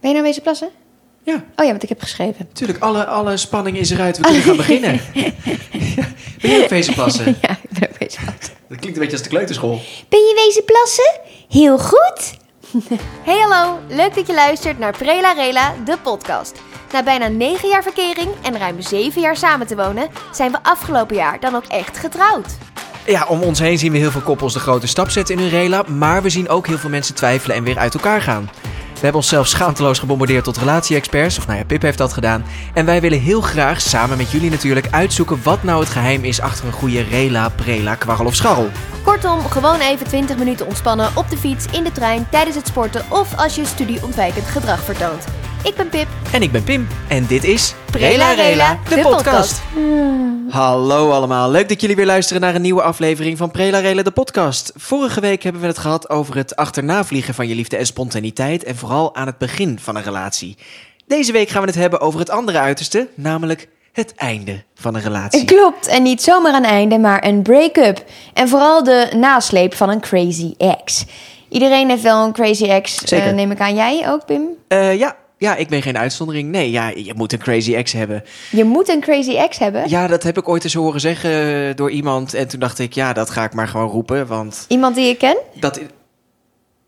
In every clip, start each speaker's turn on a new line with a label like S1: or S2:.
S1: je nou wezen plassen?
S2: Ja.
S1: Oh ja, want ik heb geschreven.
S2: Natuurlijk, alle, alle spanning is eruit. We kunnen gaan beginnen. Ja, ben je ook wezen plassen?
S1: Ja, ik ben ook wezen plassen.
S2: Dat klinkt een beetje als de kleuterschool.
S1: Ben je wezen plassen? Heel goed! Hey hallo, leuk dat je luistert naar Prela Rela, de podcast. Na bijna 9 jaar verkering en ruim 7 jaar samen te wonen, zijn we afgelopen jaar dan ook echt getrouwd.
S2: Ja, om ons heen zien we heel veel koppels de grote stap zetten in hun rela. Maar we zien ook heel veel mensen twijfelen en weer uit elkaar gaan. We hebben onszelf schaamteloos gebombardeerd tot relatie-experts. Of nou ja, Pip heeft dat gedaan. En wij willen heel graag, samen met jullie natuurlijk, uitzoeken wat nou het geheim is achter een goede rela, prela, kwarrel of scharrel.
S1: Kortom, gewoon even 20 minuten ontspannen op de fiets, in de trein, tijdens het sporten of als je studieontwijkend gedrag vertoont. Ik ben Pip.
S2: En ik ben Pim. En dit is
S1: Prela Rela, de podcast.
S2: Hallo allemaal, leuk dat jullie weer luisteren naar een nieuwe aflevering van Prela Rela, de podcast. Vorige week hebben we het gehad over het achternavliegen van je liefde en spontaniteit en vooral aan het begin van een relatie. Deze week gaan we het hebben over het andere uiterste, namelijk het einde van een relatie.
S1: Klopt, en niet zomaar een einde, maar een break-up. En vooral de nasleep van een crazy ex. Iedereen heeft wel een crazy ex,
S2: Zeker.
S1: eh, neem ik aan. Jij ook, Pim?
S2: Eh, ja, ja, ik ben geen uitzondering. Nee, ja, je moet een crazy ex hebben.
S1: Je moet een crazy ex hebben.
S2: Ja, dat heb ik ooit eens horen zeggen eh, door iemand. En toen dacht ik, ja, dat ga ik maar gewoon roepen, want
S1: Iemand die je kent?
S2: dat...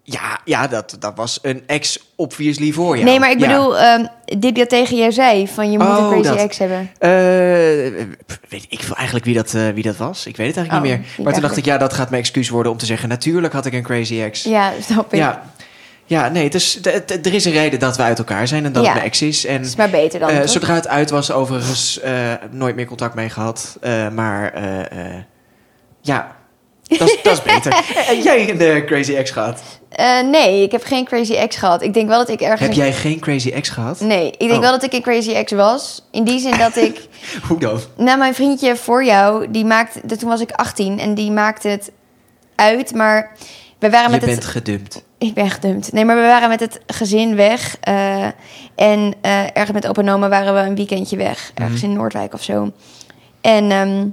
S2: Ja, ja dat, dat was een ex obviously voor jou.
S1: nee, maar ik
S2: Ja.
S1: bedoel, ehm, die dat tegen jou zei, van je moet
S2: Oh,
S1: een crazy
S2: dat.
S1: ex hebben.
S2: Eh, pff, weet ik veel eigenlijk wie dat, eh, wie dat was. Ik weet het eigenlijk
S1: Oh,
S2: niet
S1: niet
S2: meer. Maar toen dacht ik,
S1: eigenlijk.
S2: ja, dat gaat mijn excuus worden om te zeggen... natuurlijk had ik een crazy ex.
S1: Ja, snap ik.
S2: ja. Ja, nee, het is, het- het- er is een reden dat we uit elkaar zijn en dat
S1: Ja.
S2: het mijn ex is. En
S1: Dat is maar beter dan,
S2: eh,
S1: toch?
S2: zodra het uit was, overigens, eh, nooit meer contact mee gehad. Eh, maar eh, eh, ja, dat is- dat is beter. Heb jij een eh, crazy ex gehad?
S1: Eh, nee, ik heb geen crazy ex gehad. Ik denk wel dat ik ergens...
S2: Heb jij geen crazy ex gehad?
S1: Nee, ik denk
S2: Oh.
S1: wel dat ik een crazy ex was. In die zin dat ik...
S2: Hoe dan?
S1: Nou, mijn vriendje voor jou, die maakte... de- Toen was ik 18 en die maakte het uit, Ah, maar... Ah, We waren
S2: Je
S1: met
S2: bent
S1: het...
S2: gedumpt.
S1: Ik ben gedumpt. Nee, maar we waren met het gezin weg. eh, en eh, ergens met opa en oma waren we een weekendje weg.
S2: Mhm.
S1: Ergens in Noordwijk of zo. En ehm,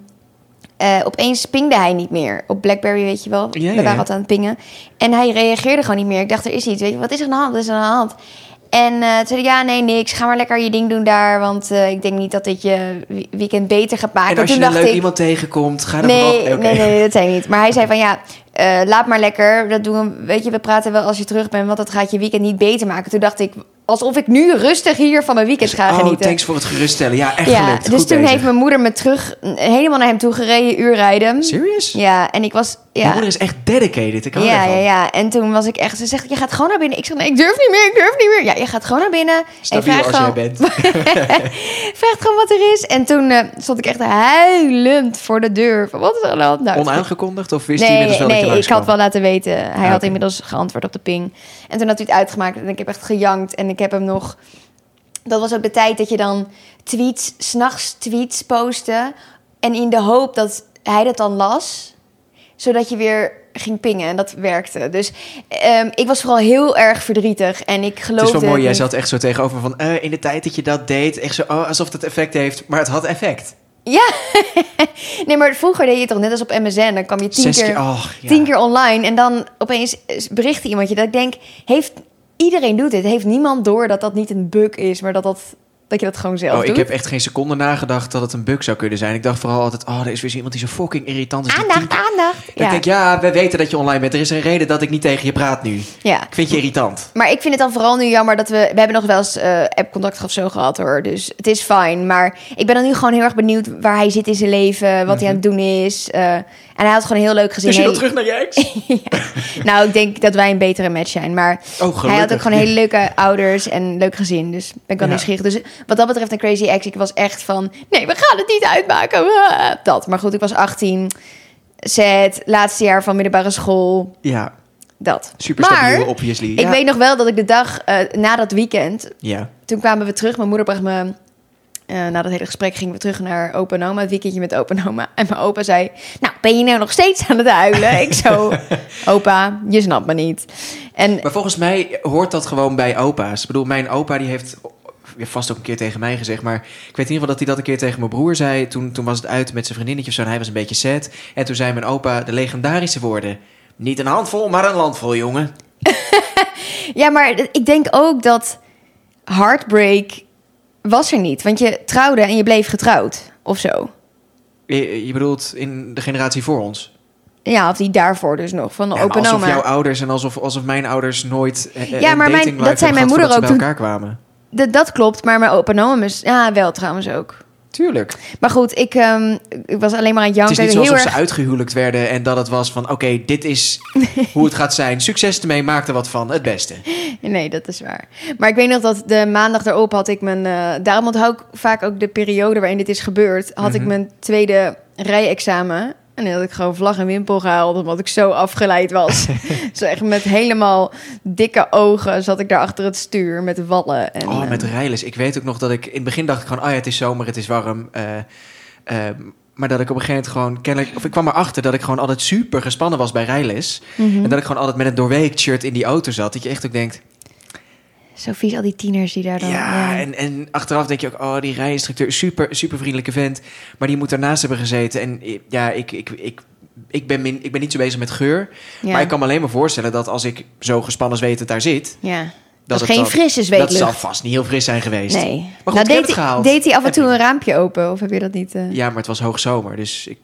S1: eh, opeens pingde hij niet meer. Op Blackberry, weet je wel.
S2: Ja, ja,
S1: we waren
S2: ja.
S1: altijd aan het pingen. En hij reageerde gewoon niet meer. Ik dacht, er is iets. Weet je, wat is er aan de hand? Wat is er aan de hand? En eh, toen zei hij, ja, nee, niks. Ga maar lekker je ding doen daar. Want eh, ik denk niet dat dit je wie- weekend beter gaat maken.
S2: en als
S1: toen
S2: je een
S1: dacht
S2: leuk
S1: ik,
S2: iemand tegenkomt, ga dan
S1: Nee,
S2: vooral... Oké.
S1: nee, nee, dat zei hij niet. Maar hij zei van ja, eh, laat maar lekker. Dat doen we, weet je, we praten wel als je terug bent, want dat gaat je weekend niet beter maken. Toen dacht ik, alsof ik nu rustig hier van mijn weekend ga
S2: oh,
S1: genieten.
S2: thanks voor het geruststellen. Ja, echt
S1: ja,
S2: gelukt.
S1: dus
S2: Goed
S1: toen
S2: bezig.
S1: heeft mijn moeder me terug eh, helemaal naar hem toe gereden, uur rijden.
S2: Serious?
S1: Ja, en ik was.
S2: Mijn
S1: Ja,
S2: moeder is echt dedicated. Ik hou
S1: ja,
S2: daarvan.
S1: ja, ja. En toen was ik echt, ze zegt, je gaat gewoon naar binnen. Ik zeg, nee, ik durf niet meer, ik durf niet meer. Ja, je gaat gewoon naar binnen.
S2: Stabiel
S1: en
S2: als
S1: vraagt gewoon,
S2: jij bent.
S1: vraagt gewoon wat er is. En toen eh, stond ik echt huilend voor de deur. Van, wat is er aan de hand? Nou, toen-
S2: Onaangekondigd? Of wist hij inmiddels wel
S1: nee,
S2: dat je
S1: ik had
S2: langskwam?
S1: wel laten weten. Hij
S2: Ah,
S1: had
S2: oké.
S1: inmiddels geantwoord op de ping. En toen had hij het uitgemaakt en ik heb echt gejankt. En ik heb hem nog... Dat was ook de tijd dat je dan tweets, s'nachts tweets postte. En in de hoop dat hij dat dan las. Zodat je weer ging pingen. En dat werkte. Dus ehm, ik was vooral heel erg verdrietig. En ik
S2: Het is
S1: geloofde
S2: wel mooi, jij
S1: niet.
S2: zat echt zo tegenover me van... eh, in de tijd dat je dat deed, echt zo, oh, alsof dat effect heeft. Maar het had effect.
S1: Ja. nee, maar vroeger deed je het toch net als op MSN. Dan kwam je tien
S2: Zes
S1: keer...
S2: keer, oh, ja.
S1: tien keer online en dan opeens berichtte iemand je dat ik denk heeft iedereen doet dit heeft niemand door dat dat niet een bug is maar dat dat dat je dat gewoon zelf
S2: Oh,
S1: doet
S2: ik heb echt geen seconde nagedacht dat het een bug zou kunnen zijn. Ik dacht vooral altijd, oh, er is weer zo iemand die zo fucking irritant is. die tien
S1: aandacht
S2: keer-
S1: aandacht
S2: Dan
S1: ja.
S2: denk ik, ja, we weten dat je online bent. Er is een reden dat ik niet tegen je praat nu.
S1: ja
S2: Ik vind je irritant.
S1: maar ik vind het dan vooral nu jammer dat we we hebben nog wel eens eh appcontact of zo gehad hoor dus het is fijn maar ik ben dan nu gewoon heel erg benieuwd waar hij zit in zijn leven wat
S2: Mhm.
S1: hij aan het doen is eh, en hij had gewoon een heel leuk gezien
S2: Dus je wil
S1: Hey-
S2: terug naar je ex?
S1: nou ik denk dat wij een betere match zijn maar
S2: Oh, gelukkig.
S1: Hij had ook gewoon hele leuke ouders en leuk gezin. Dus ben ik wel
S2: Ja.
S1: nieuwsgierig. Dus wat dat betreft een crazy ex. Ik was echt van, nee, we gaan het niet uitmaken. Ah, Dat. Maar goed, ik was 18. Zet, laatste jaar van middelbare school.
S2: Ja,
S1: Dat.
S2: super
S1: Maar,
S2: stabiel, obviously.
S1: Ik
S2: ja.
S1: weet Eh. nog wel dat ik de dag eh, na dat weekend...
S2: ja.
S1: Toen kwamen we terug. Mijn moeder bracht me... eh, na dat hele gesprek gingen we terug naar opa en oma. Het weekendje met opa en oma. En mijn opa zei... Nou, ben je nou nog steeds aan het huilen? ik zo... Opa, je snapt me niet. En
S2: Maar volgens mij hoort dat gewoon bij opa's. Ik bedoel, mijn opa die heeft ja, vast ook een keer tegen mij gezegd, maar ik weet in ieder geval dat hij dat een keer tegen mijn broer zei. Toen, toen was het uit met zijn vriendinnetje of zo en hij was een beetje sad. En toen zei mijn opa de legendarische woorden. Niet een handvol, maar een landvol, jongen.
S1: Ja, maar ik denk ook dat heartbreak was er niet. Want je trouwde en je bleef getrouwd of zo.
S2: Je, je bedoelt in de generatie voor ons.
S1: Ja, of die daarvoor dus nog, van de
S2: Ja, maar
S1: open
S2: alsof
S1: oma.
S2: jouw ouders en alsof, alsof mijn ouders nooit eh, eh,
S1: Ja, maar
S2: een
S1: mijn-
S2: dating life
S1: dat zei
S2: hebben
S1: mijn
S2: gehad
S1: moeder
S2: voordat ze bij elkaar kwamen.
S1: Dat- dat klopt, maar mijn open oma is... Ja, wel trouwens ook.
S2: Tuurlijk.
S1: Maar goed, ik, ehm, ik was alleen maar aan het
S2: Het
S1: janken.
S2: is niet
S1: heel
S2: zoals
S1: erg...
S2: ze uitgehuwelijkt werden en dat het was van... oké, dit is hoe het gaat zijn. Succes ermee, maak er wat van. Het beste.
S1: Nee, dat is waar. Maar ik weet nog dat de maandag erop had ik mijn... eh, daarom onthoud ik vaak ook de periode waarin dit is gebeurd. Had ik
S2: Mhm.
S1: mijn tweede rijexamen. En dan had ik gewoon vlag en wimpel gehaald, omdat ik zo afgeleid was. zo echt met helemaal dikke ogen zat ik daar achter het stuur met wallen. En,
S2: Oh,
S1: eh,
S2: met rijles. Ik weet ook nog dat ik... In het begin dacht ik gewoon... ah ja, het is zomer, het is warm. eh, eh, maar dat ik op een gegeven moment gewoon kennelijk... Of ik kwam erachter dat ik gewoon altijd super gespannen was bij rijles.
S1: mhm.
S2: En dat ik gewoon altijd met een doorweekt shirt in die auto zat. Dat je echt ook denkt...
S1: Zo vies, al die tieners die daar dan...
S2: Ja,
S1: ja.
S2: en, en achteraf denk je ook, oh, die rijinstructeur, super, super vriendelijke vent. Maar die moet daarnaast hebben gezeten. En eh, ja, ik, ik, ik, ik, ben, min, ik ben niet zo bezig met geur.
S1: Ja.
S2: Maar ik kan me alleen maar voorstellen dat als ik zo gespannen zwetend daar zit...
S1: Ja.
S2: Dat
S1: Dat,
S2: het
S1: is geen
S2: dan-
S1: frisse
S2: Dat
S1: zweetlucht.
S2: zal vast niet heel fris zijn geweest.
S1: Nee.
S2: goed, ik heb
S1: nou,
S2: het
S1: deed, hij,
S2: gehaald.
S1: deed hij af en
S2: Heb
S1: toe
S2: ik.
S1: een raampje open? Of heb je dat niet... eh?
S2: Ja, maar het was hoogzomer, dus ik...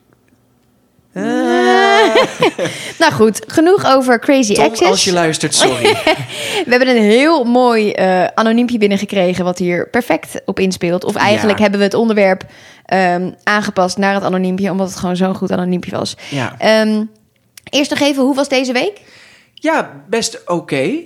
S1: Nou goed, genoeg over Crazy
S2: Tom,
S1: Eh, Access.
S2: als je luistert, sorry.
S1: We hebben een heel mooi eh, anoniempje binnengekregen... wat hier perfect op inspeelt. Of eigenlijk
S2: Ja.
S1: hebben we het onderwerp ehm, aangepast naar het anoniempje... omdat het gewoon zo'n goed anoniempje was.
S2: ja.
S1: Ehm, eerst nog even, hoe was deze week?
S2: ja, best oké. Eh,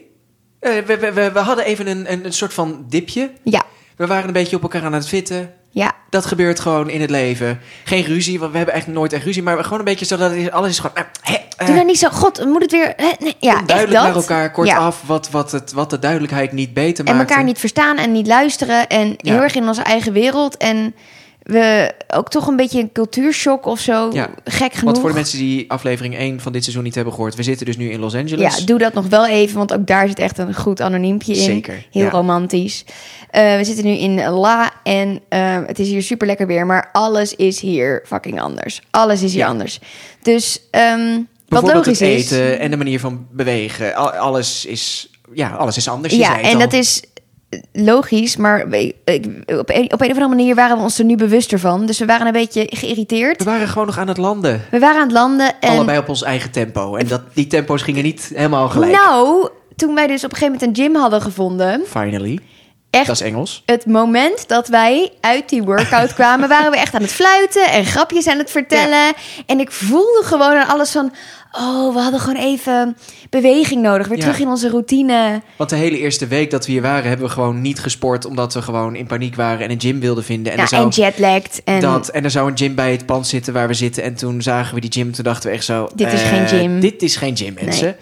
S2: we, we, we, we hadden even een, een, een soort van dipje.
S1: Ja,
S2: We waren een beetje op elkaar aan het vitten.
S1: ja.
S2: Dat gebeurt gewoon in het leven. Geen ruzie, want we hebben echt nooit echt ruzie. Maar gewoon een beetje zodat het- alles is gewoon... eh, hè, eh,
S1: Doe nou niet zo... God, moet het weer... hè, nee. Ja, echt
S2: duidelijk
S1: dat.
S2: naar elkaar, kort
S1: Ja.
S2: af, wat, wat, het, wat de duidelijkheid niet beter
S1: En
S2: maakt.
S1: elkaar niet verstaan en niet luisteren. En
S2: Ja.
S1: heel erg in onze eigen wereld. En we ook toch een beetje een cultuurshock of zo.
S2: Ja.
S1: Gek genoeg.
S2: Want voor de mensen die aflevering 1 van dit seizoen niet hebben gehoord... we zitten dus nu in Los Angeles.
S1: ja, doe dat nog wel even, want ook daar zit echt een goed anoniempje in.
S2: Zeker,
S1: Heel
S2: ja.
S1: romantisch. Eh, we zitten nu in La en eh, het is hier super lekker weer, maar alles is hier fucking anders. Alles is hier
S2: Ja.
S1: anders. Dus ehm, wat
S2: Bijvoorbeeld
S1: logisch
S2: het
S1: is.
S2: eten en de manier van bewegen. Al- alles is... Ja, alles is anders. je
S1: Ja,
S2: zei het
S1: en
S2: al.
S1: dat is logisch, maar we- ik- op een, op een of andere manier waren we ons er nu bewuster van. Dus we waren een beetje
S2: We
S1: geïrriteerd.
S2: waren gewoon nog aan het landen.
S1: We waren aan het landen en...
S2: Allebei op ons eigen tempo. En dat, die tempo's gingen niet helemaal gelijk.
S1: nou, toen wij dus op een gegeven moment een gym hadden gevonden...
S2: Finally.
S1: Echt
S2: Dat is Engels.
S1: het moment dat wij uit die workout kwamen... waren we echt aan het fluiten en grapjes aan het vertellen. En ik voelde gewoon aan alles van... oh, we hadden gewoon even beweging nodig. Weer
S2: Ja.
S1: terug in onze routine.
S2: Want de hele eerste week dat we hier waren, hebben we gewoon niet gesport. Omdat we gewoon in paniek waren en een gym wilden vinden. En,
S1: nou,
S2: er, zou
S1: en jetlagged. En
S2: dat, en er zou een gym bij het pand zitten waar we zitten. En toen zagen we die gym. Toen dachten we echt zo...
S1: Dit is
S2: eh,
S1: geen gym.
S2: Dit is geen gym, mensen.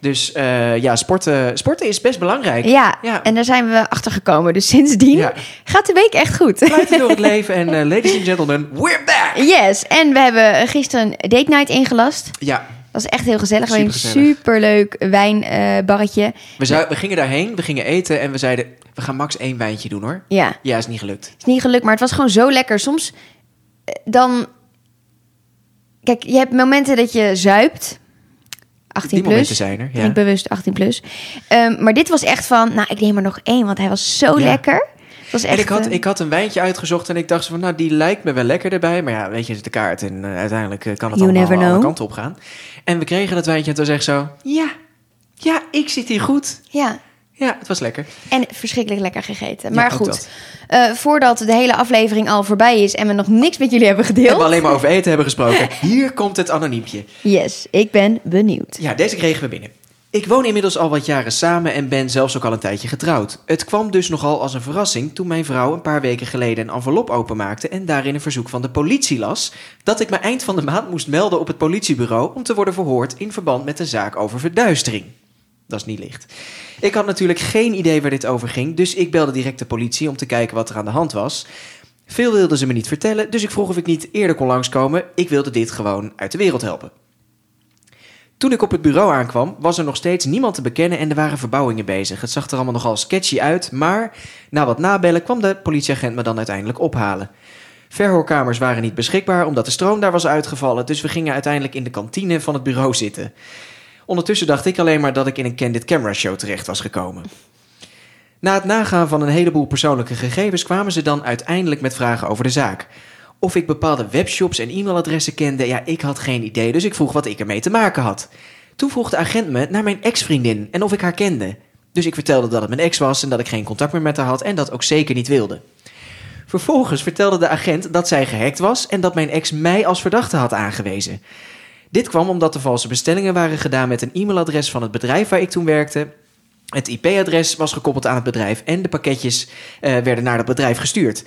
S2: Dus eh, ja, sporten, sporten is best belangrijk.
S1: Ja,
S2: Ja.
S1: en daar zijn we achter gekomen. Dus sindsdien
S2: Ja.
S1: gaat de week echt goed.
S2: Pleiten door het leven. En eh, ladies and gentlemen, we're back!
S1: Yes, en we hebben gisteren een date night ingelast.
S2: Ja,
S1: Dat was echt heel gezellig. We hadden een
S2: Supergezellig.
S1: superleuk wijnbarretje.
S2: we, zou, we gingen daarheen, we gingen eten en we zeiden... We gaan max één wijntje doen hoor.
S1: ja, het
S2: Ja, is niet gelukt.
S1: is niet gelukt, maar het was gewoon zo lekker. Soms eh, dan... Kijk, je hebt momenten dat je zuipt. 18
S2: Die
S1: plus.
S2: momenten zijn er.
S1: Ben
S2: Ja.
S1: ik bewust 18 plus. Ehm, maar dit was echt van, nou, ik neem er nog één, want hij was zo
S2: Ja.
S1: lekker. Het was echt,
S2: en ik had,
S1: eh,
S2: ik had een wijntje uitgezocht en ik dacht zo van, nou, die lijkt me wel lekker erbij. Maar ja, weet je, het is de kaart en eh, uiteindelijk eh, kan het
S1: You
S2: allemaal
S1: never
S2: alle
S1: know.
S2: kanten op gaan. En we kregen dat wijntje en toen zei ik zo, ja, ja, ik zit hier goed.
S1: ja.
S2: Ja, het was lekker.
S1: En verschrikkelijk lekker gegeten.
S2: Ja,
S1: Maar
S2: ook
S1: goed,
S2: dat.
S1: eh, voordat de hele aflevering al voorbij is en we nog niks met jullie hebben
S2: We hebben
S1: gedeeld.
S2: alleen maar over eten hebben gesproken. Hier komt het anoniempje.
S1: Yes, ik ben benieuwd.
S2: Ja, deze kregen we binnen. Ik woon inmiddels al wat jaren samen en ben zelfs ook al een tijdje getrouwd. Het kwam dus nogal als een verrassing toen mijn vrouw een paar weken geleden een envelop openmaakte en daarin een verzoek van de politie las dat ik me eind van de maand moest melden op het politiebureau om te worden verhoord in verband met een zaak over verduistering. Dat is niet licht. Ik had natuurlijk geen idee waar dit over ging, dus ik belde direct de politie om te kijken wat er aan de hand was. Veel wilden ze me niet vertellen, dus ik vroeg of ik niet eerder kon langskomen. Ik wilde dit gewoon uit de wereld helpen. Toen ik op het bureau aankwam, was er nog steeds niemand te bekennen en er waren verbouwingen bezig. Het zag er allemaal nogal sketchy uit, maar na wat nabellen kwam de politieagent me dan uiteindelijk ophalen. Verhoorkamers waren niet beschikbaar omdat de stroom daar was uitgevallen, dus we gingen uiteindelijk in de kantine van het bureau zitten. Ondertussen dacht ik alleen maar dat ik in een candid camera show terecht was gekomen. Na het nagaan van een heleboel persoonlijke gegevens kwamen ze dan uiteindelijk met vragen over de zaak. Of ik bepaalde webshops en e-mailadressen kende, ja, ik had geen idee, dus ik vroeg wat ik ermee te maken had. Toen vroeg de agent me naar mijn ex-vriendin en of ik haar kende. Dus ik vertelde dat het mijn ex was en dat ik geen contact meer met haar had en dat ook zeker niet wilde. Vervolgens vertelde de agent dat zij gehackt was en dat mijn ex mij als verdachte had aangewezen. Dit kwam omdat er valse bestellingen waren gedaan met een e-mailadres van het bedrijf waar ik toen werkte. Het IP-adres was gekoppeld aan het bedrijf en de pakketjes eh, werden naar dat bedrijf gestuurd.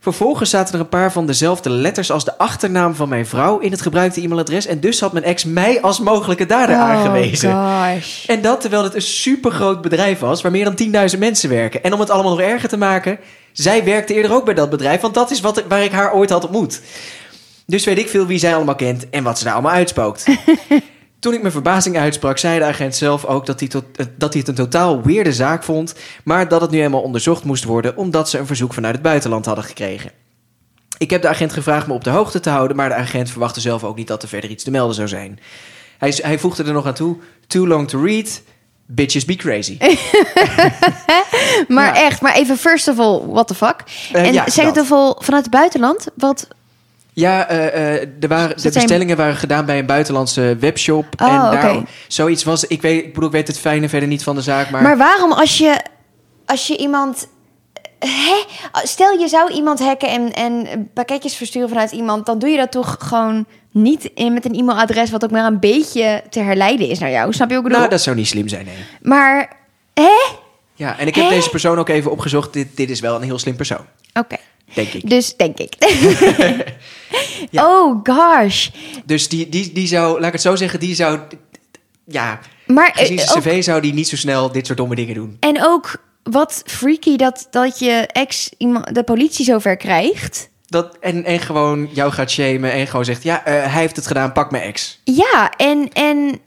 S2: Vervolgens zaten er een paar van dezelfde letters als de achternaam van mijn vrouw in het gebruikte e-mailadres. En dus had mijn ex mij als mogelijke dader aangewezen.
S1: Oh gosh.
S2: En dat terwijl het een supergroot bedrijf was waar meer dan 10.000 mensen werken. En om het allemaal nog erger te maken, zij werkte eerder ook bij dat bedrijf, want dat is wat, waar ik haar ooit had ontmoet. Dus weet ik veel wie zij allemaal kent en wat ze daar allemaal uitspookt. Toen ik mijn verbazing uitsprak, zei de agent zelf ook dat hij, tot, eh, dat hij het een totaal weerde zaak vond, maar dat het nu helemaal onderzocht moest worden omdat ze een verzoek vanuit het buitenland hadden gekregen. Ik heb de agent gevraagd me op de hoogte te houden, maar de agent verwachtte zelf ook niet dat er verder iets te melden zou zijn. Hij, z- hij voegde er nog aan toe: Too long to read, bitches be crazy.
S1: Maar
S2: Ja.
S1: echt, maar even first of all, what the fuck?
S2: Eh,
S1: en
S2: ja,
S1: second
S2: dat.
S1: of all, vanuit het buitenland, wat...
S2: Ja, eh, eh, er waren, de
S1: Dat zijn-
S2: bestellingen waren gedaan bij een buitenlandse webshop.
S1: Oh,
S2: en daar
S1: oké.
S2: zoiets was. Ik weet, ik bedoel, ik weet het fijne verder niet van de zaak, maar.
S1: Maar, waarom als je, als je iemand... Hè? Stel, je zou iemand hacken en, en pakketjes versturen vanuit iemand... dan doe je dat toch gewoon niet in, met een e-mailadres... wat ook maar een beetje te herleiden is naar jou. Snap je ook ik bedoel?
S2: nou, dat zou niet slim zijn, nee.
S1: Maar, hè?
S2: Ja, en ik heb
S1: Hè?
S2: deze persoon ook even opgezocht. Dit, dit is wel een heel slim persoon,
S1: Oké,
S2: denk ik.
S1: dus denk ik. Oh gosh.
S2: Dus die, die, die zou, laat ik het zo zeggen, die zou. Ja,
S1: Maar eh,
S2: gezien zijn
S1: ook,
S2: cv zou die niet zo snel dit soort domme dingen doen.
S1: en ook wat freaky dat, dat je ex iemand, de politie zover krijgt.
S2: Dat, en, en gewoon jou gaat shamen en gewoon zegt: Ja, eh, hij heeft het gedaan, pak mijn ex.
S1: Ja, en, en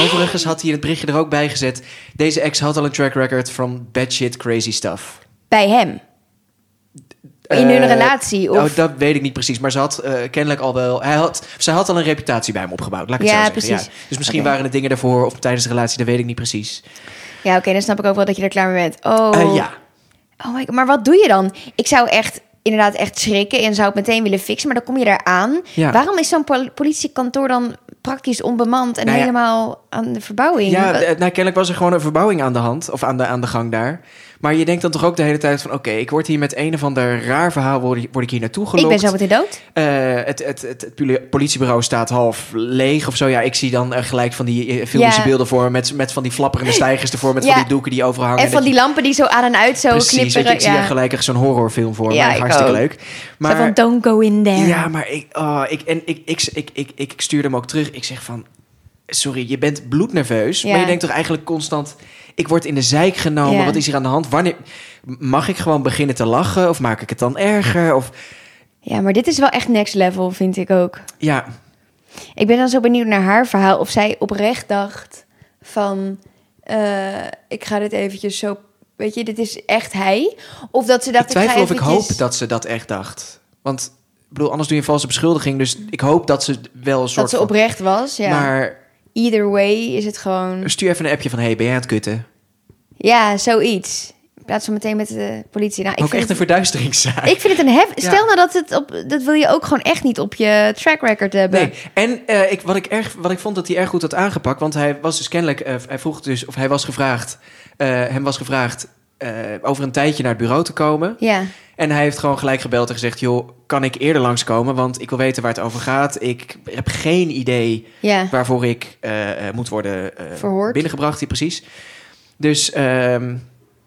S2: Overigens had hij in het berichtje er ook bij gezet. Deze ex had al een track record van bad shit crazy stuff.
S1: bij hem. In hun
S2: Eh,
S1: relatie, of-
S2: Nou, dat weet ik niet precies. Maar ze had eh, kennelijk al wel. Hij had, ze had al een reputatie bij hem opgebouwd. Laat ik het
S1: Ja,
S2: zo zeggen.
S1: precies.
S2: Dus misschien
S1: Oké.
S2: waren het dingen daarvoor of tijdens de relatie, dat weet ik niet precies.
S1: Ja, oké, dan snap ik ook wel dat je er klaar mee bent. Oh,
S2: Eh, ja.
S1: oh my god, maar wat doe je dan? Ik zou echt inderdaad echt schrikken en zou het meteen willen fixen, maar dan kom je daar aan.
S2: Ja.
S1: Waarom is zo'n pol- politiekantoor dan praktisch onbemand en
S2: Nou ja.
S1: helemaal aan de verbouwing?
S2: Ja,
S1: Wat-
S2: eh, nou, kennelijk was er gewoon een verbouwing aan de hand. Of aan de, aan de gang daar. Maar je denkt dan toch ook de hele tijd van... Oké, ik word hier met een of ander raar verhaal word, word ik hier naartoe
S1: ik
S2: gelokt.
S1: ben zo meteen dood.
S2: Eh, het, het, het, het poli- politiebureau staat half leeg of zo. Ja, ik zie dan eh, gelijk van die eh, filmische
S1: Ja.
S2: beelden voor me. Met, met van die flapperende stijgers ervoor. Met
S1: Ja.
S2: van die doeken die overhangen.
S1: En van
S2: dat
S1: die
S2: je-
S1: lampen die zo aan en uit zo
S2: Precies, weet je,
S1: knipperen.
S2: ik zie daar gelijk echt zo'n horrorfilm voor
S1: Ja,
S2: me.
S1: ik
S2: Hartstikke
S1: ook.
S2: leuk.
S1: Zo van, don't go in there.
S2: Ja, maar ik, oh, ik, en ik, ik, ik, ik, ik stuurde hem ook terug. Ik zeg van, sorry, je bent bloednerveus.
S1: Ja.
S2: Maar je denkt toch eigenlijk constant, ik word in de zeik genomen.
S1: Ja.
S2: Wat is hier aan de hand? Wanneer, mag ik gewoon beginnen te lachen? Of maak ik het dan erger? Of,
S1: Ja, maar dit is wel echt next level, vind ik ook.
S2: ja,
S1: Ik ben dan zo benieuwd naar haar verhaal. Of zij oprecht dacht van... eh, ik ga dit eventjes zo... Weet je, dit is echt hij. Of dat ze dacht...
S2: ik twijfel
S1: ga
S2: of ik
S1: eventjes-
S2: hoop dat ze dat echt dacht. Want, ik bedoel, anders doe je een valse beschuldiging. Dus ik hoop dat ze wel een soort
S1: Dat ze
S2: van-
S1: oprecht was, ja. Hm.
S2: Maar Dus-
S1: Either way is het gewoon...
S2: stuur even een appje van, hey, ben jij aan het kutten?
S1: Ja, zoiets. In plaats van meteen met de politie. Nou, ik,
S2: ook
S1: vind
S2: echt een
S1: het,
S2: verduisteringszaak.
S1: ik vind het een hef...
S2: Ja.
S1: Stel nou dat het op... Dat wil je ook gewoon echt niet op je track record hebben.
S2: Nee, en eh, ik, wat, ik erg, wat ik vond dat hij erg goed had aangepakt, want hij was dus kennelijk, eh, hij vroeg dus, of hij was gevraagd, eh, hem was gevraagd eh, over een tijdje naar het bureau te komen.
S1: Ja.
S2: En hij heeft gewoon gelijk gebeld en gezegd, joh, kan ik eerder langskomen? Want ik wil weten waar het over gaat. Ik heb geen idee
S1: Ja.
S2: waarvoor ik eh, eh, moet worden eh,
S1: Verhoord.
S2: binnengebracht, ja, precies. Dus ehm,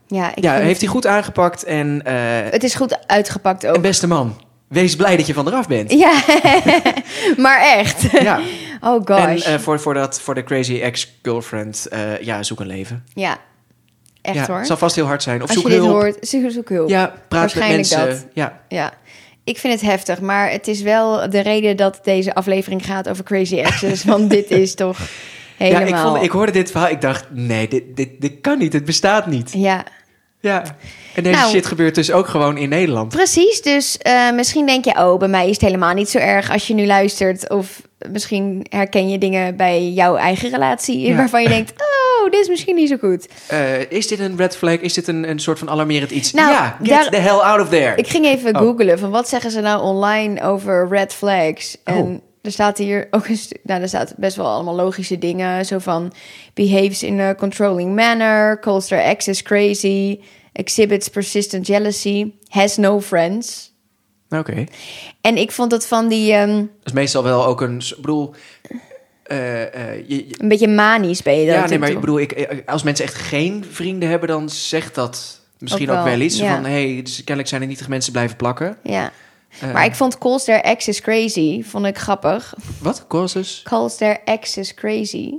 S1: Ja, ik
S2: ja,
S1: vind
S2: heeft hij goed aangepakt en eh,
S1: Het is goed uitgepakt ook.
S2: een beste man, wees blij dat je van eraf bent.
S1: Ja, maar echt.
S2: Ja.
S1: Oh
S2: En
S1: gosh.
S2: eh, voor, voor, dat, voor de crazy ex-girlfriend, eh, ja, zoek een leven.
S1: ja, echt
S2: ja,
S1: hoor.
S2: Het zal vast heel hard zijn. Of
S1: Als
S2: zoek
S1: je dit
S2: hulp.
S1: hoort, zoek, zoek hulp. Ja.
S2: Ja, praat met
S1: Waarschijnlijk
S2: mensen.
S1: dat.
S2: Ja.
S1: Ik vind het heftig, maar het is wel de reden dat deze aflevering gaat over Crazy Exes. want dit is toch
S2: Ja,
S1: helemaal...
S2: ik, vond, ik hoorde dit verhaal. Ik dacht, nee, dit, dit, dit kan niet. Het bestaat niet.
S1: Ja,
S2: Ja. En deze
S1: Nou.
S2: shit gebeurt dus ook gewoon in Nederland.
S1: precies. Dus eh, misschien denk je, oh, bij mij is het helemaal niet zo erg als je nu luistert. Of misschien herken je dingen bij jouw eigen relatie
S2: Ja.
S1: waarvan je denkt, oh, oh, dit is misschien niet zo goed.
S2: Eh, is dit een red flag? Is dit een, een soort van alarmerend iets?
S1: Nou,
S2: ja, get
S1: daar-
S2: the hell out of there.
S1: Ik ging even
S2: Oh.
S1: googlen van wat zeggen ze nou online over red flags.
S2: Oh.
S1: En er staat hier ook een stu- nou, er staat best wel allemaal logische dingen. Zo van behaves in a controlling manner, calls their exes crazy, exhibits persistent jealousy, has no friends.
S2: Oké.
S1: En ik vond dat van die ehm,
S2: Dat is meestal wel ook een... Ik bedoel... eh, eh, je- je-
S1: een beetje manisch ben je dat.
S2: ja, nee, maar ik
S1: toe.
S2: bedoel, ik, eh, als mensen echt geen vrienden hebben, dan zegt dat misschien
S1: Ook
S2: ook wel,
S1: wel,
S2: iets.
S1: ja.
S2: Van, hey, dus kennelijk zijn er niet mensen blijven plakken.
S1: Ja.
S2: Eh,
S1: Maar ik vond calls their exes crazy, vond ik grappig.
S2: Wat? Causes?
S1: Calls their exes crazy.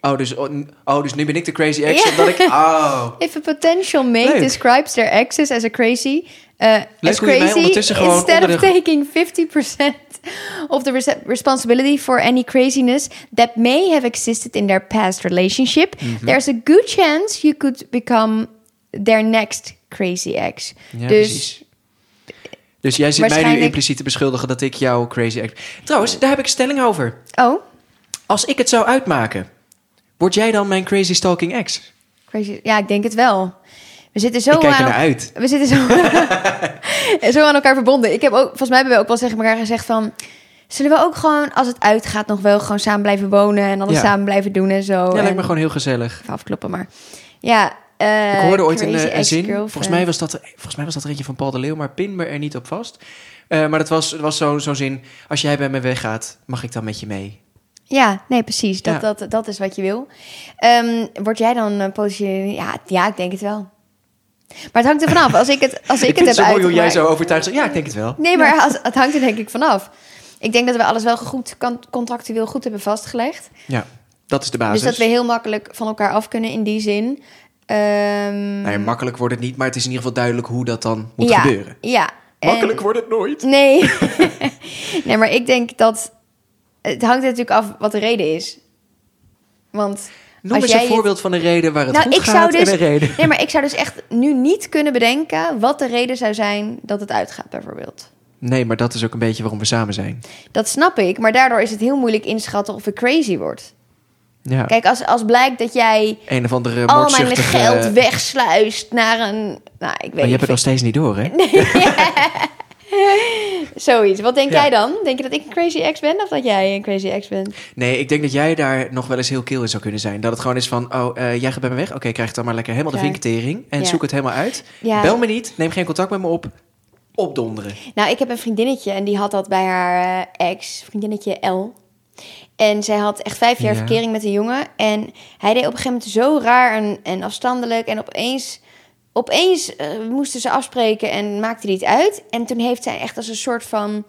S2: Oh dus, oh, oh, dus nu ben ik de crazy ex,
S1: Ja.
S2: omdat ik... Oh.
S1: If a potential mate
S2: Leuk.
S1: describes their exes as a crazy, uh,
S2: Leuk
S1: as
S2: hoe je mij
S1: crazy
S2: ondertussen gewoon
S1: instead
S2: onder
S1: of
S2: de-
S1: taking 50% of the res- responsibility for any craziness that may have existed in their past relationship,
S2: Mhm.
S1: there's a good chance you could become their next crazy ex.
S2: Ja,
S1: dus
S2: precies. Dus jij zit mij nu
S1: Waarschijnlijk-
S2: impliciet te beschuldigen dat ik jouw crazy ex... Trouwens, daar heb ik een stelling over.
S1: oh,
S2: Als ik het zou uitmaken, word jij dan mijn crazy stalking
S1: Oh,
S2: ex?
S1: crazy. Ja, ik denk het wel. We zitten zo
S2: ik kijk
S1: aan
S2: ernaar uit.
S1: We zitten zo, zo aan elkaar verbonden. Ik heb ook, volgens mij hebben we ook wel eens tegen elkaar gezegd van... Zullen we ook gewoon, als het uitgaat, nog wel gewoon samen blijven wonen... en alles
S2: Ja.
S1: samen blijven doen en zo.
S2: Ja,
S1: en,
S2: lijkt me gewoon heel gezellig.
S1: Even afkloppen, maar... Ja, eh,
S2: Ik hoorde ooit een,
S1: crazy
S2: eh, een zin.
S1: ex-girlfriend.
S2: Volgens mij, was dat, volgens mij was dat er eentje van Paul de Leeuw, maar pin me er niet op vast. Eh, maar dat was, was zo- zo'n zin. Als jij bij me weggaat, mag ik dan met je mee?
S1: Ja, nee, precies. Dat,
S2: Ja.
S1: dat, dat is wat je wil. Ehm, word jij dan een positie... Ja, ja, ik denk het wel. Maar het hangt er vanaf. Als ik het, als ik het
S2: vind
S1: heb
S2: het zo mooi hoe jij
S1: uitgemaakt-
S2: zo overtuigd bent. Ja, ik denk het wel.
S1: Nee, maar als, het hangt er denk ik vanaf. Ik denk dat we alles wel goed, kan- contractueel goed hebben vastgelegd.
S2: Ja, dat is de basis.
S1: Dus dat we heel makkelijk van elkaar af kunnen in die zin. Ehm,
S2: Nee, Nou makkelijk wordt het niet, maar het is in ieder geval duidelijk hoe dat dan moet
S1: ja,
S2: gebeuren.
S1: Ja. En-
S2: wordt het nooit.
S1: Nee. nee, maar ik denk dat... Het hangt er natuurlijk af wat de reden is. Want
S2: Noem
S1: als
S2: eens
S1: jij
S2: een
S1: je-
S2: voorbeeld van een reden waar het
S1: Nou,
S2: goed
S1: ik
S2: gaat
S1: zou dus...
S2: en een reden.
S1: Nee, maar ik zou dus echt nu niet kunnen bedenken... wat de reden zou zijn dat het uitgaat, bijvoorbeeld.
S2: Nee, maar dat is ook een beetje waarom we samen zijn.
S1: Dat snap ik, maar daardoor is het heel moeilijk inschatten of ik crazy word.
S2: Ja.
S1: Kijk, als, als blijkt dat jij
S2: een of andere
S1: al mijn
S2: moordzuchtige...
S1: geld wegsluist naar een... Nou, ik weet
S2: Maar je hebt
S1: niet,
S2: het nog steeds niet door, hè?
S1: Zoiets. Wat denk
S2: Ja.
S1: jij dan? Denk je dat ik een crazy ex ben of dat jij een crazy ex bent?
S2: Nee, ik denk dat jij daar nog wel eens heel kil in zou kunnen zijn. Dat het gewoon is van, oh, eh, jij gaat bij me weg. Oké, krijg het dan maar lekker helemaal de
S1: Klaar.
S2: vinketering. En
S1: Ja.
S2: zoek het helemaal uit.
S1: Ja.
S2: Bel me niet, neem geen contact met me op. Opdonderen.
S1: Nou, ik heb een vriendinnetje en die had dat bij haar eh, ex, vriendinnetje L. En zij had echt vijf jaar
S2: Ja.
S1: verkering met een jongen. En hij deed op een gegeven moment zo raar en, en afstandelijk. En opeens, opeens eh, moesten ze afspreken en maakte hij het uit. En toen heeft zij echt als een soort van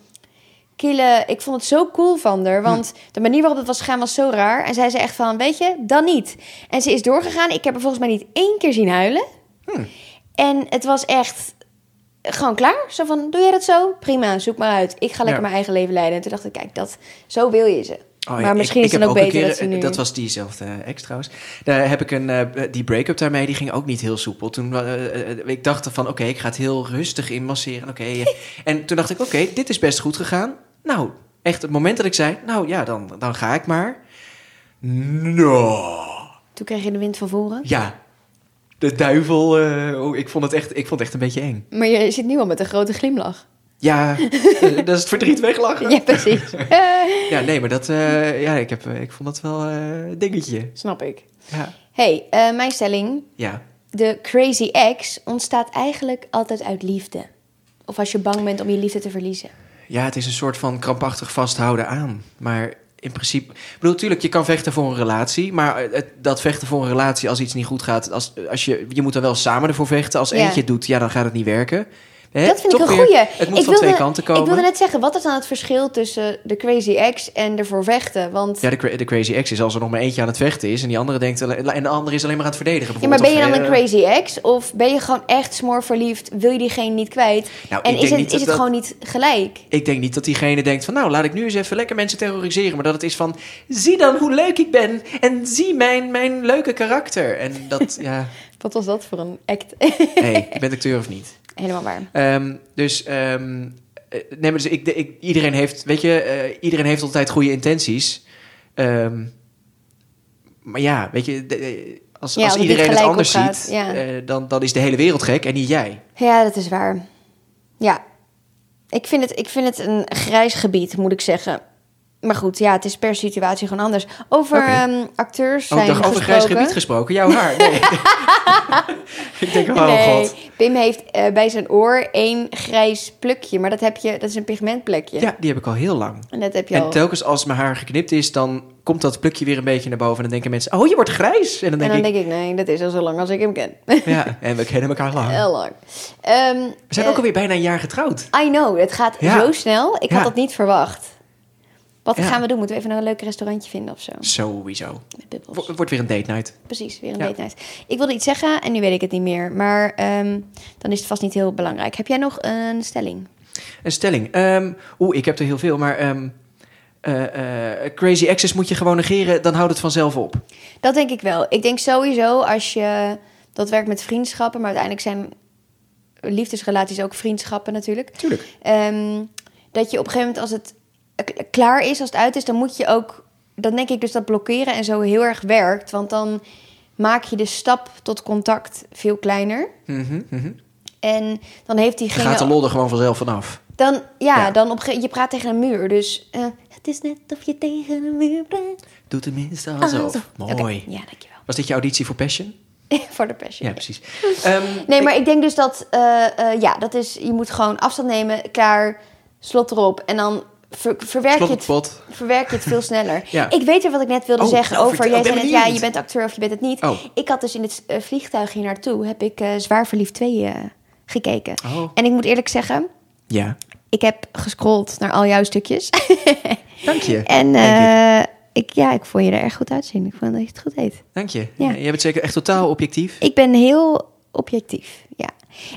S1: kille... Ik vond het zo cool van
S2: Hm.
S1: haar. Want de manier waarop het was gegaan was zo raar. En zij zei echt van, weet je, dan niet. En ze is doorgegaan. Ik heb haar volgens mij niet één keer zien huilen.
S2: Hm.
S1: En het was echt gewoon klaar. Zo van, doe jij dat zo? Prima, zoek maar uit. Ik ga lekker
S2: Ja.
S1: mijn eigen leven leiden. En toen dacht ik, kijk, dat, zo wil je ze.
S2: Oh, ja,
S1: maar
S2: ik-
S1: misschien
S2: ik
S1: is het dan
S2: heb
S1: ook
S2: een
S1: beter
S2: keer-
S1: dat ze nu...
S2: Dat was diezelfde eh, ex trouwens. Daar heb ik een, eh, die break-up daarmee, die ging ook niet heel soepel. Toen, eh, eh, ik dacht van, oké, ik ga het heel rustig inmasseren. Oké, eh, en toen dacht ik, oké, dit is best goed gegaan. Nou, echt het moment dat ik zei, nou ja, dan, dan ga ik maar. No.
S1: Toen kreeg je de wind van voren.
S2: Ja, de duivel. eh, oh, ik, vond het echt, ik vond het echt een beetje eng.
S1: Maar je zit nu al met een grote glimlach.
S2: Ja, eh, dat is het verdriet weglachen.
S1: Ja, precies. Eh,
S2: Ja, nee, maar dat, eh, ja, ik, heb, eh, ik vond dat wel eh, een dingetje.
S1: Snap ik.
S2: Ja,
S1: hey, eh, mijn stelling.
S2: ja.
S1: De crazy ex ontstaat eigenlijk altijd uit liefde. Of als je bang bent om je liefde te verliezen.
S2: Ja, het is een soort van krampachtig vasthouden aan. Maar in principe... Ik bedoel, tuurlijk, je kan vechten voor een relatie. Maar eh, het- dat vechten voor een relatie als iets niet goed gaat... Als, als je, je moet er wel samen ervoor vechten. Als
S1: Ja.
S2: eentje het doet, ja, dan gaat het niet werken. Hè?
S1: dat vind
S2: Toch
S1: ik een
S2: weer,
S1: goeie.
S2: Het moet
S1: ik
S2: van twee kanten komen.
S1: Ik wilde net zeggen, wat is dan het verschil tussen de crazy ex en ervoor vechten? Want
S2: Ja, de, cra- de crazy ex is als er nog maar eentje aan het vechten is... en, die andere denkt, alleen- en de andere is alleen maar aan het verdedigen.
S1: Ja, maar ben je dan een
S2: bijvoorbeeld. Of, eh,
S1: crazy ex? Of ben je gewoon echt smoorverliefd? Wil je diegene niet kwijt?
S2: Nou,
S1: en
S2: ik
S1: is
S2: denk
S1: het, is
S2: niet dat
S1: het
S2: dat-
S1: gewoon niet gelijk?
S2: Ik denk niet dat diegene denkt van... nou, laat ik nu eens even lekker mensen terroriseren. Maar dat het is van... zie dan hoe leuk ik ben... en zie mijn, mijn leuke karakter. En dat, ja...
S1: Wat was dat voor een act?
S2: hey, je bent acteur of niet?
S1: Helemaal waar.
S2: Ehm, dus, ehm, eh, nee, maar dus ik, ik, iedereen heeft, weet je, eh, iedereen heeft altijd goede intenties. Ehm, Maar ja, weet je, de- de- als,
S1: Ja,
S2: als
S1: als het
S2: iedereen
S1: niet
S2: het
S1: gelijk
S2: anders
S1: opgaat,
S2: ziet,
S1: ja.
S2: eh, dan, dan is de hele wereld gek en niet jij. Oh,
S1: Ja, dat is waar. Ja. Ik vind, het, ik vind het een grijs gebied, moet ik zeggen. Maar goed, ja, het is per situatie gewoon anders. Over
S2: Oké.
S1: ehm, acteurs
S2: Ook
S1: zijn
S2: dag over grijs
S1: gesproken.
S2: gebied gesproken, jouw haar. Nee. ik denk, oh
S1: nee,
S2: god.
S1: Pim heeft eh, bij zijn oor één grijs plukje. Maar dat, heb je, dat is een pigmentplekje.
S2: Ja, die heb ik al heel lang.
S1: En dat heb je al.
S2: En telkens als mijn haar geknipt is, dan komt dat plukje weer een beetje naar boven. En dan denken mensen, oh, je wordt grijs. En dan
S1: en
S2: denk
S1: dan
S2: ik, Ah.
S1: denk ik, nee, dat is al zo lang als ik hem ken.
S2: ja, en we kennen elkaar lang.
S1: Heel lang. Ehm,
S2: We zijn
S1: eh,
S2: ook alweer bijna een jaar getrouwd.
S1: I know, het gaat
S2: Ja.
S1: zo snel. Ik
S2: Ja.
S1: had dat niet verwacht. Wat
S2: Ja.
S1: gaan we doen? Moeten we even een leuk restaurantje vinden of zo?
S2: Sowieso.
S1: Met bubbels.
S2: Wo- Het wordt weer een date night.
S1: Precies, weer een
S2: Ja.
S1: date night. Ik wilde iets zeggen en nu weet ik het niet meer. Maar ehm, dan is het vast niet heel belangrijk. Heb jij nog een stelling?
S2: Een stelling. Ehm, Oeh, ik heb er heel veel, maar... ehm, eh, eh, crazy access moet je gewoon negeren, dan houdt het vanzelf op.
S1: Dat denk ik wel. Ik denk sowieso als je... Dat werkt met vriendschappen, maar uiteindelijk zijn liefdesrelaties ook vriendschappen natuurlijk.
S2: Tuurlijk.
S1: Ehm, dat je op een gegeven moment als het k- klaar is, als het uit is, dan moet je ook... Dan denk ik dus dat blokkeren en zo heel erg werkt. Want dan maak je de stap tot contact veel kleiner.
S2: Mhm, mhm.
S1: En dan heeft
S2: Dan
S1: diegene...
S2: gaat de lol er gewoon vanzelf vanaf.
S1: Dan, ja,
S2: Ja.
S1: dan op een gege- je praat tegen een muur. Dus eh, het is net of je tegen een muur praat.
S2: Doe tenminste alsof. Ah, Mooi.
S1: Ah, Oké, Ja, dankjewel.
S2: Was dit je auditie voor Passion?
S1: Voor de passion.
S2: Ja, precies. Ehm,
S1: Nee, maar ik denk dus dat, eh, eh, ja, dat is, je moet gewoon afstand nemen, klaar, slot erop. En dan ver- verwerk,
S2: Slot
S1: je
S2: op
S1: het,
S2: pot.
S1: verwerk je het veel sneller.
S2: Ja.
S1: Ik weet er wat ik net wilde
S2: Oh,
S1: zeggen
S2: nou,
S1: over,
S2: vertel,
S1: jij
S2: ik ben
S1: zei net, ja,
S2: benieuwd.
S1: je bent acteur of je bent het niet.
S2: Oh.
S1: Ik had dus in het eh, vliegtuig hier naartoe, heb ik eh, Zwaar Verliefd 2 eh, gekeken.
S2: Oh.
S1: En ik moet eerlijk zeggen,
S2: Ja.
S1: ik heb gescrolld naar al jouw stukjes.
S2: Dank je.
S1: En
S2: Denk ik.
S1: eh, ik, ja, ik vond je er erg goed uitzien. Ik vond dat je het goed deed.
S2: Dank je.
S1: ja.
S2: Ja. Je bent zeker echt totaal objectief.
S1: Ik ben heel objectief, ja.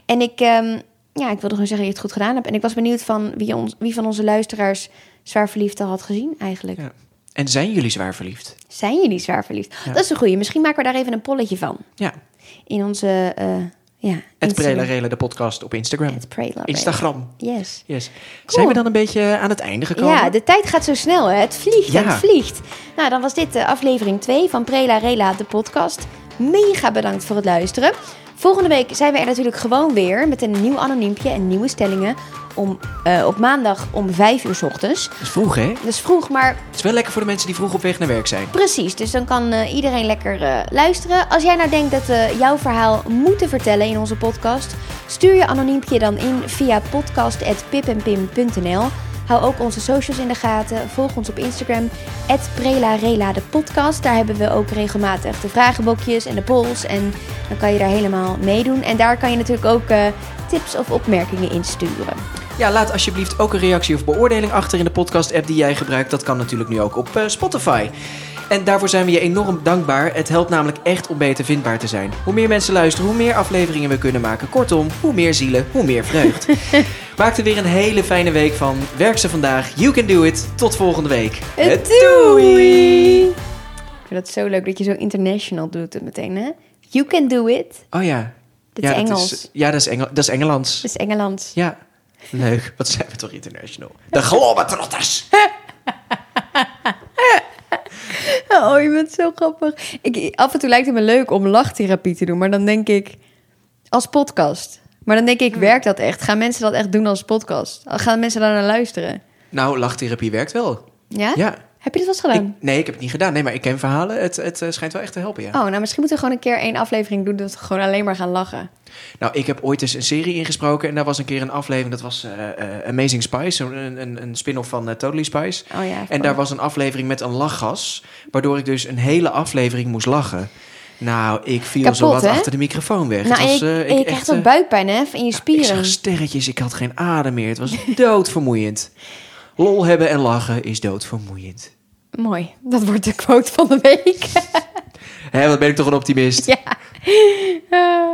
S1: En ik, ehm, ja, ik wilde gewoon zeggen dat je het goed gedaan hebt. En ik was benieuwd van wie, ons, wie van onze luisteraars zwaar verliefd al had gezien eigenlijk.
S2: Ja. En zijn jullie zwaar verliefd?
S1: Zijn jullie zwaar verliefd? Dat is een goeie. Misschien maken we daar even een polletje van.
S2: Ja.
S1: In onze, eh ja.
S2: Het Prela
S1: Instagram.
S2: Rela, de podcast op Instagram.
S1: Het Prela Rela.
S2: Instagram.
S1: Yes.
S2: Yes. Zijn we dan een beetje aan het einde gekomen?
S1: Ja, de tijd gaat zo snel, hè? Het vliegt,
S2: Ja.
S1: het vliegt. Nou, dan was dit eh, aflevering 2 van Prela Rela, de podcast. Mega bedankt voor het luisteren. Volgende week zijn we er natuurlijk gewoon weer met een nieuw anoniempje en nieuwe stellingen. Om, eh, op maandag om 5 uur 's ochtends.
S2: Dat is vroeg, hè?
S1: Dat is vroeg, maar
S2: Het is wel lekker voor de mensen die vroeg op weg naar werk zijn.
S1: precies. Dus dan kan eh, iedereen lekker eh, luisteren. Als jij nou denkt dat we jouw verhaal moeten vertellen in onze podcast, stuur je anoniempje dan in via podcast.pipenpim.nl. Hou ook onze socials in de gaten. Volg ons op Instagram, prelarela de podcast. Daar hebben we ook regelmatig de vragenbokjes en de polls. En dan kan je daar helemaal meedoen. En daar kan je natuurlijk ook eh, tips of opmerkingen insturen.
S2: Ja, laat alsjeblieft ook een reactie of beoordeling achter in de podcast-app die jij gebruikt. Dat kan natuurlijk nu ook op eh, Spotify. En daarvoor zijn we je enorm dankbaar. Het helpt namelijk echt om beter vindbaar te zijn. Hoe meer mensen luisteren, hoe meer afleveringen we kunnen maken. Kortom, hoe meer zielen, hoe meer vreugd. Maak er weer een hele fijne week van. Werk ze vandaag. You can do it. Tot volgende week.
S1: Eh, Ik vind dat zo leuk dat je zo international doet het meteen, hè? You can do it.
S2: Oh ja.
S1: Dat
S2: ja,
S1: is Engels.
S2: Dat is, ja, dat is, Engel, dat is Engelands.
S1: Dat is Engelands.
S2: Ja. Leuk. Wat zijn we toch international. De globetrotters.
S1: Oh, je bent zo grappig. Ik, af en toe lijkt het me leuk om lachtherapie te doen, maar dan denk ik als podcast. Maar dan denk ik, werkt dat echt? Gaan mensen dat echt doen als podcast? Gaan mensen daar naar luisteren?
S2: Nou, lachtherapie werkt wel.
S1: Ja?
S2: Ja.
S1: Heb je dat wel eens gedaan?
S2: Ik- nee, ik heb het niet gedaan. Nee, maar ik ken verhalen. Het, het eh, schijnt wel echt te helpen, ja.
S1: Oh, nou misschien moeten we gewoon een keer één aflevering doen dat we gewoon alleen maar gaan lachen.
S2: Nou, ik heb ooit eens een serie ingesproken. En daar was een keer een aflevering. Dat was eh, eh, Amazing Spice. zo'n- Een, een, een spin-off van eh, Totally Spice.
S1: Oh ja.
S2: En daar was een aflevering met een lachgas. Waardoor ik dus een hele aflevering moest lachen. Nou, ik viel zo
S1: Kapot,
S2: wat
S1: hè?
S2: achter de microfoon weg.
S1: Nou, en
S2: het
S1: je,
S2: was, eh,
S1: en je krijgt ook
S2: eh,
S1: buikpijn, hè? In je
S2: Ik
S1: spieren.
S2: zag sterretjes, ik had geen adem meer. Het was doodvermoeiend. Lol hebben en lachen is doodvermoeiend.
S1: Mooi. Dat wordt de quote van de week.
S2: Hé, wat ben ik toch een optimist.
S1: ja. Eh.